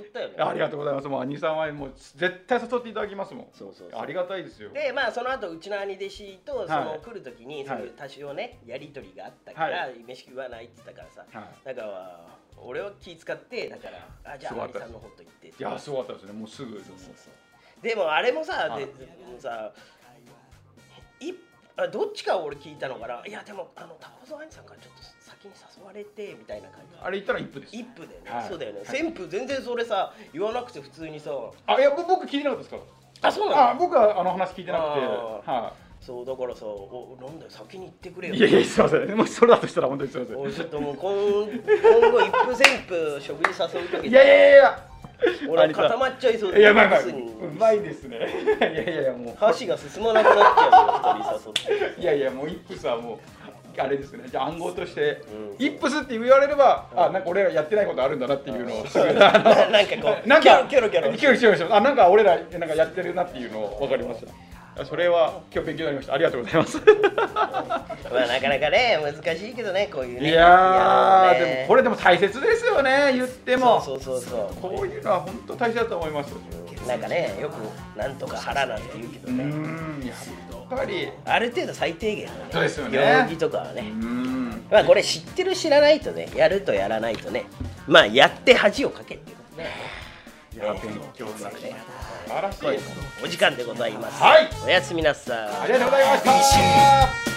[SPEAKER 2] ったよね
[SPEAKER 3] ありがとうございますもう兄さんはもう絶対誘っていただきますもん
[SPEAKER 2] そうそうそう
[SPEAKER 3] ありがたいですよ
[SPEAKER 2] でまあその後うちの兄弟子とそ
[SPEAKER 3] は
[SPEAKER 2] の
[SPEAKER 3] い
[SPEAKER 2] 来る時に、
[SPEAKER 3] はい
[SPEAKER 2] そういう多少ねやり取りがあったから、
[SPEAKER 3] は
[SPEAKER 2] 飯食わないって言ったからさ、
[SPEAKER 3] は
[SPEAKER 2] だ
[SPEAKER 3] い
[SPEAKER 2] から俺は気使ってだからあじゃ
[SPEAKER 3] す
[SPEAKER 2] あ
[SPEAKER 3] ごか
[SPEAKER 2] 兄
[SPEAKER 3] ったで
[SPEAKER 2] さ
[SPEAKER 3] す
[SPEAKER 2] んの方と行って
[SPEAKER 3] いやすごかったですねもうすぐ
[SPEAKER 2] そうそうそうでもあれもさ、
[SPEAKER 3] はい
[SPEAKER 2] ででもさいあどっちかを俺聞いたのかないやでもあの高蔵兄さんからちょっと先に誘われてみたいな感じ
[SPEAKER 3] あれ行ったら一歩です
[SPEAKER 2] 一歩だよね、
[SPEAKER 3] はい
[SPEAKER 2] そうだよね
[SPEAKER 3] はい
[SPEAKER 2] 旋風全然それさ言わなくて普通にさ
[SPEAKER 3] あいや僕僕聞いてなかったですから
[SPEAKER 2] あそうな
[SPEAKER 3] あ
[SPEAKER 2] の
[SPEAKER 3] 僕はあの話聞いてなくて、
[SPEAKER 2] あ
[SPEAKER 3] は
[SPEAKER 2] そうだからさおなんだよ先に行ってくれ
[SPEAKER 3] い、
[SPEAKER 2] よ
[SPEAKER 3] いやいやすいませんもしそれだとしたら本当にすいませ
[SPEAKER 2] おいちょっともう今今後一歩旋風食事誘う時
[SPEAKER 3] んいやいやいや
[SPEAKER 2] 俺は固まっちゃいそう
[SPEAKER 3] いやいやまあまあ
[SPEAKER 2] 普通に
[SPEAKER 3] うまいですね いやいやいやも
[SPEAKER 2] 箸が進まなくなっちゃうよ二人誘って
[SPEAKER 3] ういやいやもうイップスはもうあれですねじゃあ暗号として、
[SPEAKER 2] うん
[SPEAKER 3] イップスって言われれば、あなんか俺らやってないことあるんだ なっていうのをす
[SPEAKER 2] な
[SPEAKER 3] ぐ
[SPEAKER 2] なんかこう
[SPEAKER 3] なんか
[SPEAKER 2] キョロキョロキ
[SPEAKER 3] キ
[SPEAKER 2] ョロ
[SPEAKER 3] ョロキョロしますあなんか俺らなんかやってるなっていうのを分かりましたそれは今日勉強になりましたありがとうございます
[SPEAKER 2] まあなかなかね難しいけどねこういう
[SPEAKER 3] い
[SPEAKER 2] ね
[SPEAKER 3] やー
[SPEAKER 2] いやね
[SPEAKER 3] でもこれでも大切ですよね言っても
[SPEAKER 2] そうそうそうそ
[SPEAKER 3] こういうのは本当大切だと思います
[SPEAKER 2] うなんかねよくなんとか腹なんて言うけど
[SPEAKER 3] う
[SPEAKER 2] ね、
[SPEAKER 3] んやっぱり
[SPEAKER 2] ある程度最低限のね
[SPEAKER 3] そうですよね
[SPEAKER 2] 行儀とかはね、
[SPEAKER 3] うん
[SPEAKER 2] まあこれ知ってる知らないとねやるとやらないとねまあやって恥をかけっていうことね
[SPEAKER 3] いや勉強になりました素晴らしい
[SPEAKER 2] お時間でございます、
[SPEAKER 3] はい
[SPEAKER 2] おやすみなさい
[SPEAKER 3] ありがとうございました